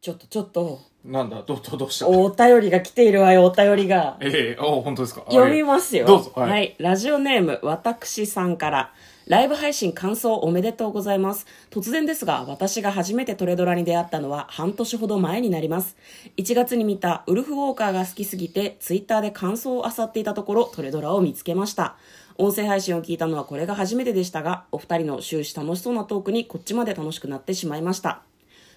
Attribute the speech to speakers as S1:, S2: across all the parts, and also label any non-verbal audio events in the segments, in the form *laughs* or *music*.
S1: ちょっとちょっと、
S2: なんだど、ど、どうした
S1: お便りが来ているわよ、お便りが。
S2: ええあ、本当ですか
S1: 読みますよ。
S2: どうぞ
S1: は、
S2: はいい
S1: ラジオネーム、私さんから。ライブ配信感想おめでとうございます。突然ですが、私が初めてトレドラに出会ったのは半年ほど前になります。1月に見たウルフウォーカーが好きすぎて、ツイッターで感想を漁っていたところ、トレドラを見つけました。音声配信を聞いたのはこれが初めてでしたが、お二人の終始楽しそうなトークにこっちまで楽しくなってしまいました。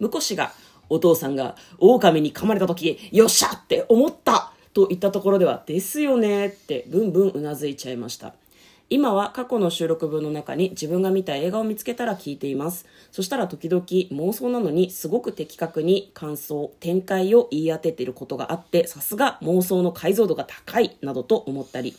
S1: 婿氏が、お父さんが狼に噛まれた時、よっしゃって思ったと言ったところでは、ですよねってブンブンうなずいちゃいました。今は過去の収録分の中に自分が見た映画を見つけたら聞いています。そしたら時々妄想なのにすごく的確に感想、展開を言い当てていることがあって、さすが妄想の解像度が高いなどと思ったり、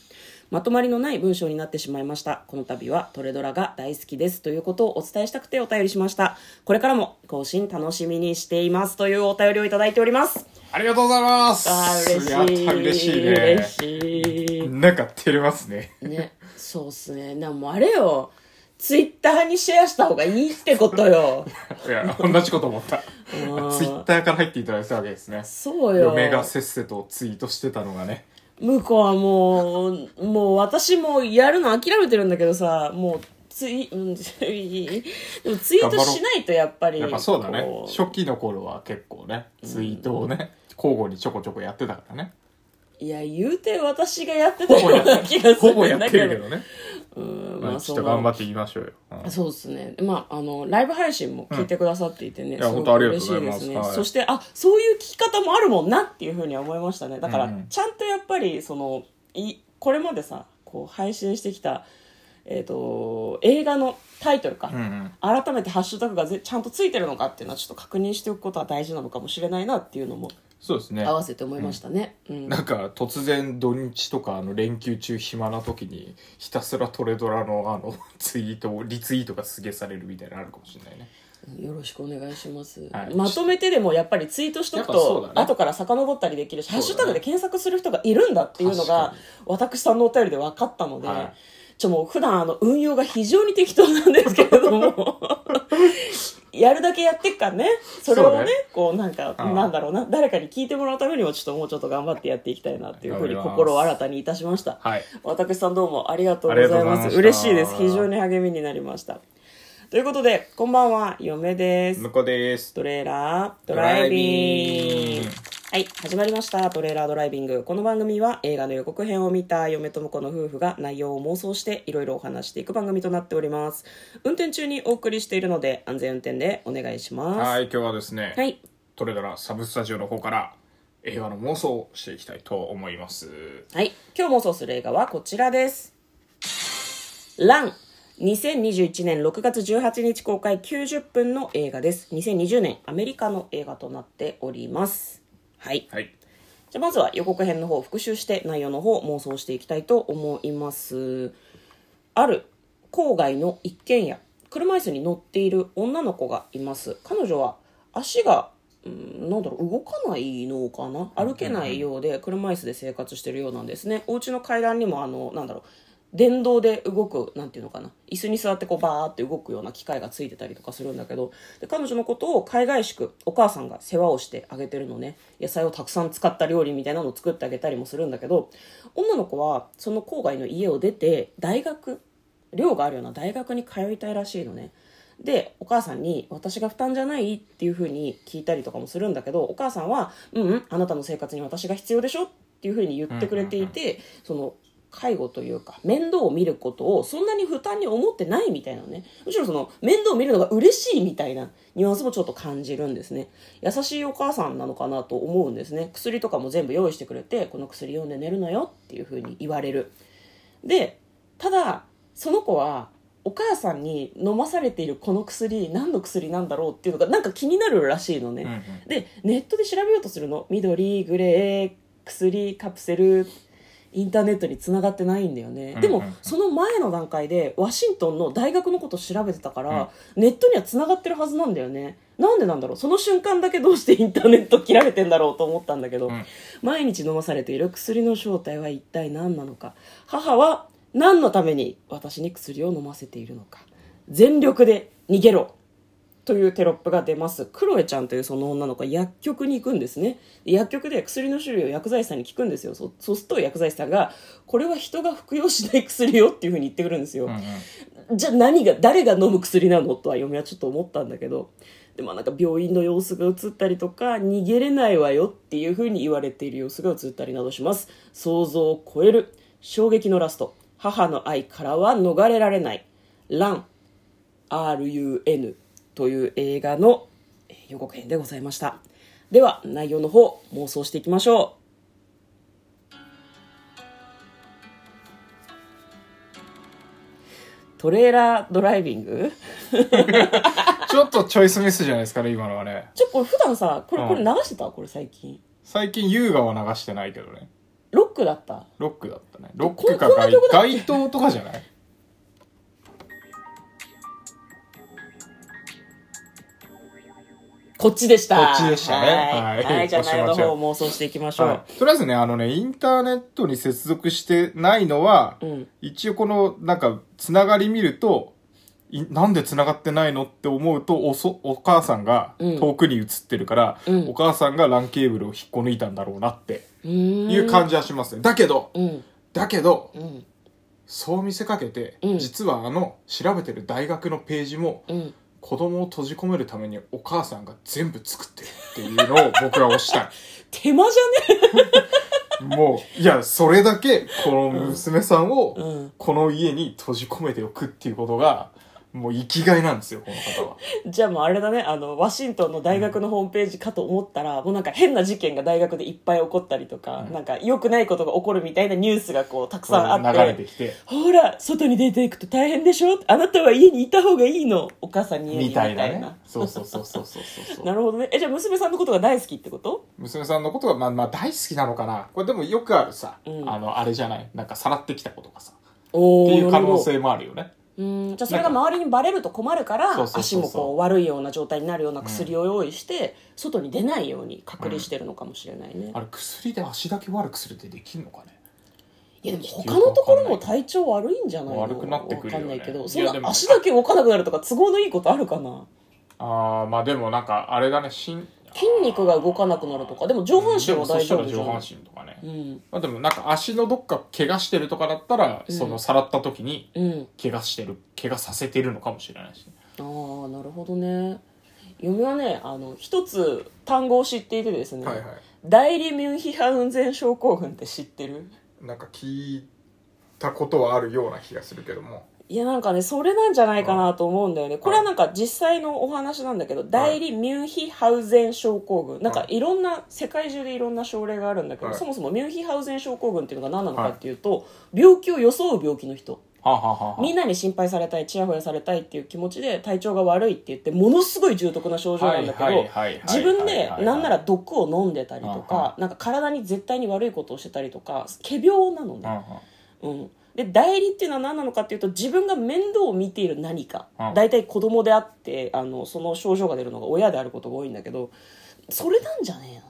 S1: まとまりのない文章になってしまいました。この度はトレドラが大好きですということをお伝えしたくてお便りしました。これからも更新楽しみにしていますというお便りをいただいております。
S2: ありがとうございます
S1: あー嬉しい。
S2: やった、嬉しいね。
S1: 嬉しい。
S2: なんか照れますね。
S1: ね、そうっすね。でもあれよ、ツイッターにシェアした方がいいってことよ。
S2: *laughs* いや、同じこと思った。ツイッターから入っていただいたわけですね。
S1: そうよ。
S2: 嫁がせっせとツイートしてたのがね。
S1: 向こうはもう、もう私もうやるの諦めてるんだけどさ、もうツイ、うん、 *laughs* でもツイートしないとやっぱり。
S2: やっぱそうだね
S1: こ。
S2: 初期の頃は結構ね、ツイートをね、交互にちょこちょこやってたか
S1: *laughs*
S2: らね。
S1: いや、言うて私がやってた
S2: ほぼ
S1: よ
S2: や
S1: うな
S2: っ
S1: 気がするんだけど。
S2: ほぼやってるけどね。
S1: うん、
S2: ま
S1: ま
S2: あ
S1: あ
S2: ち
S1: そ
S2: ょっ
S1: う
S2: と
S1: だ
S2: 頑張って言いましょうよ。うん
S1: そうですね。まあ、あの、ライブ配信も聞いてくださっていてね、
S2: うんいや
S1: すご
S2: 本
S1: く
S2: 当ありがとう
S1: 嬉
S2: ご
S1: しい
S2: ざい
S1: で
S2: ます
S1: すね。
S2: はい
S1: そして、あ、そういう聞き方もあるもんなっていうふうには思いましたね。だから、
S2: うんうん
S1: ちゃんとやっぱり、その、い、これまでさ、こう、配信してきた、えっ、と、映画のタイトルか、
S2: うんうん。
S1: 改めてハッシュタグがぜちゃんとついてるのかっていうのは、ちょっと確認しておくことは大事なのかもしれないなっていうのも、
S2: そうですね。
S1: 合わせて思いましたね。うん。
S2: なんか突然土日とかあの連休中暇な時にひたすらトレドラのあのツイートをリツイートがすげえされるみたいなのあるかもしれないね
S1: よろしくお願いします、
S2: はい
S1: まとめてでもやっぱりツイートしとく
S2: やっぱそ
S1: と、
S2: うだね
S1: 後から遡ったりできるし、ハ
S2: うだ
S1: ッ
S2: ね
S1: シュタグで検索する人がいるんだっていうのが
S2: 確かに
S1: 私さんのお便りで分かったので、
S2: はい
S1: ちょもう普段あの運用が非常に適当なんですけれど
S2: *laughs*
S1: もやるだけやってっからねそれを
S2: そう
S1: ね
S2: ね
S1: こうなんか、
S2: うん
S1: なんだろうな誰かに聞いてもらうためにもちょっともうちょっと頑張ってやっていきたいなっていうふうに
S2: 頑張ります
S1: 心を新たにいたしました
S2: はい
S1: 私さんどうもありがとうご
S2: あ
S1: ざい
S2: りがとうご
S1: ま
S2: ざい
S1: す
S2: ました
S1: 嬉しいです非常に励みになりましたということでこんばんは嫁です
S2: 向こうです
S1: トレーラードライビン
S2: ドライビン
S1: グ
S2: グ。
S1: はい、始まりました。トレーラードライビング。この番組は映画の予告編を見た嫁と婿の夫婦が内容を妄想していろいろお話していく番組となっております。運転中にお送りしているので安全運転でお願いします。
S2: はい今日はですね、
S1: はい
S2: トレドラサブスタジオの方から映画の妄想をしていきたいと思います
S1: はい、今日妄想する映画はこちらです。ラン。2021年6月18日公開90分の映画です。2020年アメリカの映画となっております。はい。
S2: はい
S1: じゃあまずは予告編の方を復習して内容の方を妄想していきたいと思いますある郊外の一軒家車椅子に乗っている女の子がいます彼女は足がうんなんだろう動かないのかな歩けないようで車椅子で生活してるようなんですねお家の階段にもあのなんだろう電動で動くなんていうのかな椅子に座ってこうバーって動くような機械がついてたりとかするんだけどで彼女のことを海外宿お母さんが世話をしてあげてるのね野菜をたくさん使った料理みたいなのを作ってあげたりもするんだけど女の子はその郊外の家を出て大学寮があるような大学に通いたいらしいのねでお母さんに「私が負担じゃない?」っていうふうに聞いたりとかもするんだけどお母さんは「うんうんあなたの生活に私が必要でしょ」っていうふうに言ってくれていて、その介護というか面倒を見ることをそんなに負担に思ってないみたいなねむしろその面倒を見るのが嬉しいみたいなニュアンスもちょっと感じるんですね優しいお母さんなのかなと思うんですね薬とかも全部用意してくれてこの薬飲んで寝るのよっていうふうに言われるでただその子はお母さんに飲まされているこの薬何の薬なんだろうっていうのがなんか気になるらしいのね、
S2: うんうん
S1: でネットで調べようとするの緑グレー薬カプセルインターネットに繋がってないんだよね、
S2: うん
S1: でも
S2: うんうん
S1: その前の段階でワシントンの大学のこと調べてたから、ネットには繋がってるはずなんだよねなんでなんだろうその瞬間だけどうしてイ *laughs* ンターネット切られてんだろうと思ったんだけど、
S2: うん
S1: 毎日飲まされている薬の正体は一体何なのか母は何のために私に薬を飲ませているのか全力で逃げろというテロップが出ます。クロエちゃんというその女の子は薬局に行くんですね。で薬局で薬の種類を薬剤師さんに聞くんですよ。そそうすると薬剤師さんが、これは人が服用しない薬よっていうふうに言ってくるんですよ。
S2: うんうん
S1: じゃあ何が誰が飲む薬なのとは嫁はちょっと思ったんだけどでもなんか病院の様子が映ったりとか逃げれないわよっていうふうに言われている様子が映ったりなどします想像を超える衝撃のラスト母の愛からは逃れられない「ラン RUN」という映画のえー予告編でございましたでは内容の方妄想していきましょうトレーラードライビング
S2: ちょっとチョイスミスじゃないですかね今のはね
S1: ちょこれ普段さこれこれ
S2: う
S1: 流
S2: ん
S1: してたこれ最近
S2: 最近優雅は流してないけどね
S1: ロックだった
S2: ロックだったねロックか
S1: こんな
S2: 街
S1: 曲だっけ
S2: 街灯とかじゃない
S1: こっちでした。
S2: こっちでしたね
S1: はい。は
S2: はいい
S1: じゃあ内容の
S2: 押しまし
S1: 方
S2: ょう
S1: を妄想していきましょう。
S2: はい、とりあえずねあのねインターネットに接続してないのは、
S1: うん
S2: 一応このなんかつながり見るといなんでつながってないのって思うとおそお母さんが
S1: うん
S2: 遠くに映ってるから、
S1: うん
S2: お母さんが LAN ケーブルを引っこ抜いたんだろうなって
S1: うーん
S2: いう感じはしますね、だけど
S1: うん。
S2: だけど
S1: うん。
S2: そう見せかけて、
S1: うん
S2: 実はあの調べてる大学のページも
S1: うん。
S2: 子供を閉じ込めるためにお母さんが全部作ってるっていうのを僕は推したい
S1: 手間じゃね
S2: もう、いや、それだけ、この娘さん
S1: う
S2: を
S1: ん、
S2: この家に閉じ込めておくっていうことが、もう生きがいなんですよ、この方は。
S1: じゃあもうあれだね、あの、ワシントンの大学のホームページかと思ったら、もうなんか変な事件が大学でいっぱい起こったりとか、なんか良くないことが起こるみたいなニュースがこう、たくさんあって。
S2: こう流れてきて、
S1: ほら、外に出ていくと大変でしょあなたは家にいた方がいいの。お母さんに家に
S2: みたいなね
S1: みたいな。
S2: そうそうそうそうそうそう
S1: なるほどね。え、じゃあ娘さんのことが大好きってこと
S2: 娘さんのことが、まあまあ大好きなのかな。これでもよくあるさ、
S1: うん
S2: あの、あれじゃない、なんかさらってきたことがさ、っ
S1: お
S2: て
S1: ー
S2: いう可能
S1: なる
S2: 性もあるよね。
S1: ほどうん。じゃあそれが周りにバレると困るから、
S2: そうそうそう
S1: 足
S2: そう
S1: もこう悪いような状態になるような薬を用意して、外に出ないように隔離してるのかもしれないね。
S2: あれ、薬で足だけ悪くするってできんのかね。
S1: いやでも他のところも体調悪いんじゃないの
S2: 悪くなってくるよ
S1: わか
S2: ね
S1: んないけ
S2: い
S1: ど、
S2: や
S1: そんな
S2: でも
S1: 足だけ動かなくなるとか都合のいいことあるかな
S2: ああまあでもなんか、あれだね、心、
S1: 筋肉が動かなくなるとか、でも上半身
S2: で
S1: は
S2: もそ
S1: 大
S2: した
S1: 丈夫
S2: ら
S1: じゃ
S2: 上
S1: ん。
S2: 半身とかね。
S1: うん。
S2: まあ、でもなんか足のどっか怪我してるとかだったら、
S1: うん
S2: そのさらった時に
S1: うん。
S2: 怪我してる怪我させてるのかもしれないし、
S1: ああ、なるほどね。嫁はね、あの、一つ単語を知っていてですね、
S2: い
S1: 代理ミュンヒハウンゼン症候群って知ってる
S2: なんか聞いたことはあるような気がするけども
S1: いやなんかねそれなんじゃないかなと思うんだよねこれはなんか実際のお話なんだけど代理ミュンヒハウゼン症候群なんかいろんな世界中でいろんな症例があるんだけど
S2: はい
S1: そもそもミュンヒハウゼン症候群っていうのが何なのかっていうと病気を装う病気の人
S2: はあ、はあはあは
S1: みんなに心配されたいちやほやされたいっていう気持ちで体調が悪いって言ってものすごい重篤な症状なんだけ
S2: はいはい
S1: ど
S2: はいはい
S1: 自分でなんなら毒を飲んでたりと
S2: はいは
S1: かなんか体に絶対に悪いことをしてたりとか仮病なのね。
S2: あ、
S1: うん、で代理っていうのは何なのかっていうと自分が面倒を見ている何か
S2: うん
S1: 大体子供であってあのその症状が出るのが親であることが多いんだけどそれなんじゃねえの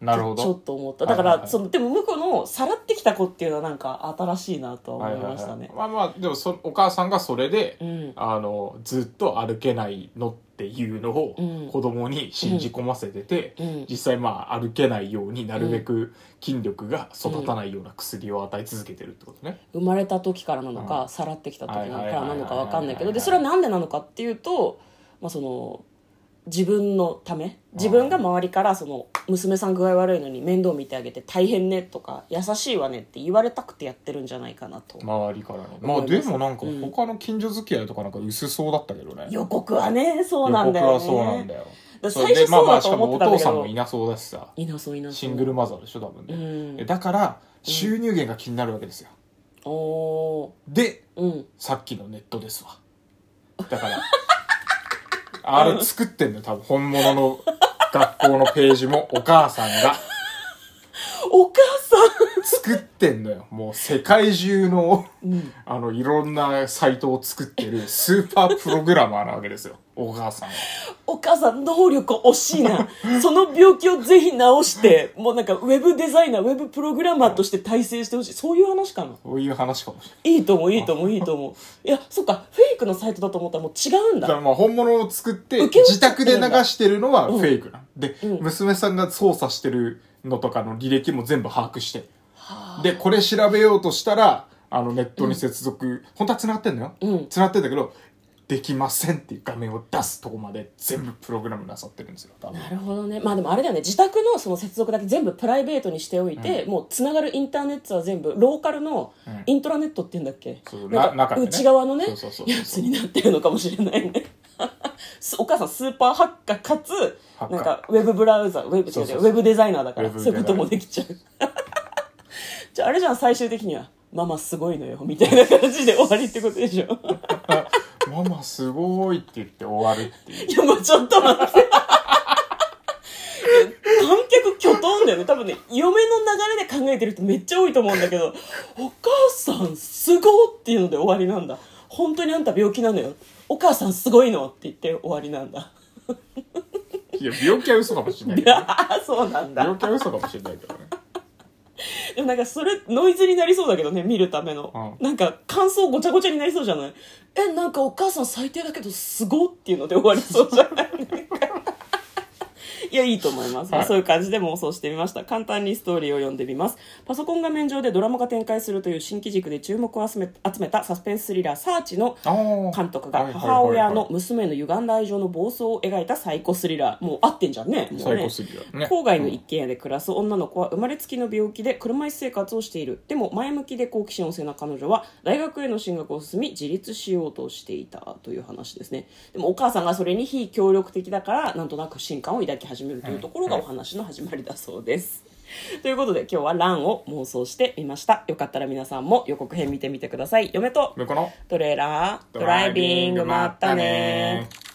S2: うん、なるほ
S1: ちょ
S2: ど
S1: っと思っただから、
S2: はいはいはい
S1: そのでも向こうのさらってきた子っていうのはなんか新しいなとは
S2: はい
S1: 思い
S2: はいはい
S1: ましたね、
S2: まあまあでもそお母さんがそれで、
S1: うん
S2: あのずっと歩けないのっていうの
S1: うん
S2: を子供に信じ込ませてて、
S1: うん
S2: 実際まあ歩けないようになるべく筋力が育たないような薬を与え続けてるってことね、
S1: 生まれた時からなのか、
S2: うん
S1: さらってきた時なの
S2: はい
S1: か
S2: はいはいはい
S1: なのか分かんないけ
S2: は
S1: ど
S2: い
S1: でそれはなんでなのかっていうと、まあ、その自分のため自分が周りからその娘さん具合悪いのに面倒見てあげて大変ねとか優しいわねって言われたくてやってるんじゃないかなと、
S2: 周りからのま
S1: 思い
S2: あ
S1: ます
S2: でもなんか
S1: うん
S2: 他の近所付き合いとかなんか薄そうだったけどね
S1: 予告はねそうなんだよね
S2: 予告はそうなんだよ
S1: だ
S2: そ
S1: 最
S2: れ
S1: 初
S2: で
S1: そ
S2: まあ
S1: う
S2: まあ
S1: だ
S2: し
S1: と
S2: かも
S1: 思っ
S2: お
S1: てたんだけ
S2: 父さん
S1: ど、
S2: もいなそうだしさ
S1: いなそういなそう
S2: シングルマザーでしょ多分ね、
S1: うん
S2: だから収入源が気になるわけですよ、
S1: おー
S2: で
S1: うん
S2: さっきのネットですわ
S1: *laughs*
S2: だからあれ作ってんのよ多分本物の学校のページもお母さんが
S1: お母さ
S2: 作ってんのよもう世界中の
S1: ん、うん、
S2: あのいろんなサイトを作ってるスーパープログラマーなわけですよお母さんは
S1: お母さん能力惜しい
S2: *laughs*
S1: なその病気をぜひ治してもうなんかウェブデザイナーウェブプログラマーとして体制してほしいそういう話かな
S2: そういう話かもし
S1: いいと思ういいと思ういいと思ういやそっかフェイクのサイトだと思ったらもう違うん
S2: れないだか
S1: だ
S2: らまあ本物を作って
S1: 受け負っ
S2: 自
S1: ちゃって
S2: 宅
S1: る
S2: で
S1: ん
S2: 流
S1: だ
S2: してるのはフェイクなんで、
S1: うん
S2: 娘さんが操作してるのとかの履歴も全部把握してる
S1: はあ
S2: でこれ調べようとしたらあのネットに接続、本当は繋がってんのよ、
S1: うん
S2: 繋がってんだけどできませんっていう画面を出すとこまで全部プログラムなさってるんですよ多分
S1: なるほどねまあでもあれだよね自宅のその接続だけ全部プライベートにしておいて、もうつながるインターネットは全部ローカルの
S2: うん
S1: イントラネットって言うんだっけ、
S2: そう
S1: な
S2: なん中
S1: か
S2: でね
S1: 内側のね
S2: そうそうそうそう
S1: やつになってるのかもしれないね *laughs* すお母さんスーパーハッカーかつ
S2: ハッカー
S1: なんかウェブブラウザウェブ
S2: そう
S1: 違
S2: そうう
S1: 違
S2: そう
S1: ウェブデザイナーだから
S2: ウェ
S1: そ
S2: ブ
S1: ういう
S2: デザイ
S1: こ
S2: ナー
S1: ともできちゃう *laughs* じゃああれじゃん最終的にはママすごいのよみたいな感じで終わりってことでしょ
S2: ママすごいって言って終わるっていう
S1: いや、まあちょっと待って。観客巨トンだよね。多分ね、嫁の流れで考えてる人めっちゃ多いと思うんだけど、お母さんすごっていうので終わりなんだ。本当にあんた病気なのよ。お母さんすごいのって言って終わりなんだ。
S2: いや病気は嘘かもしれないけ
S1: い
S2: どね
S1: やそうなんだ。
S2: 病気は嘘かもしれないけどね
S1: でもなんかそれノイズになりそうだけどね見るための、なんか感想ごちゃごちゃになりそうじゃないえなんかお母さん最低だけどすごっていうので終わりそうじゃない *laughs* なんかいやいいと思います、
S2: はい
S1: そういう感じで妄想してみました簡単にストーリーを読んでみますパソコン画面上でドラマが展開するという新機軸で注目を集め集めたサスペンススリラー「サーチ」の
S2: あー
S1: 監督
S2: は
S1: が
S2: いはいはいはい
S1: 母親の娘の歪んだ愛情の暴走を描いたサイコスリラーもう合ってんじゃんねもうね
S2: 最高すぎるね
S1: 郊外の一軒家で暮らす女の子は生まれつきの病気で車椅子生活をしているでも前向きで好奇心旺盛な彼女は大学への進学を進み自立しようとしていたという話ですねでもお母さんがそれに非協力的だからなんとなく不信感を抱き始めるというところがお話の始まりだそうです、ということで今日は「ラン」を妄想してみましたよかったら皆さんも予告編見てみてください嫁と
S2: 向こうの
S1: トレーラード
S2: ド
S1: ライビングまったね
S2: ー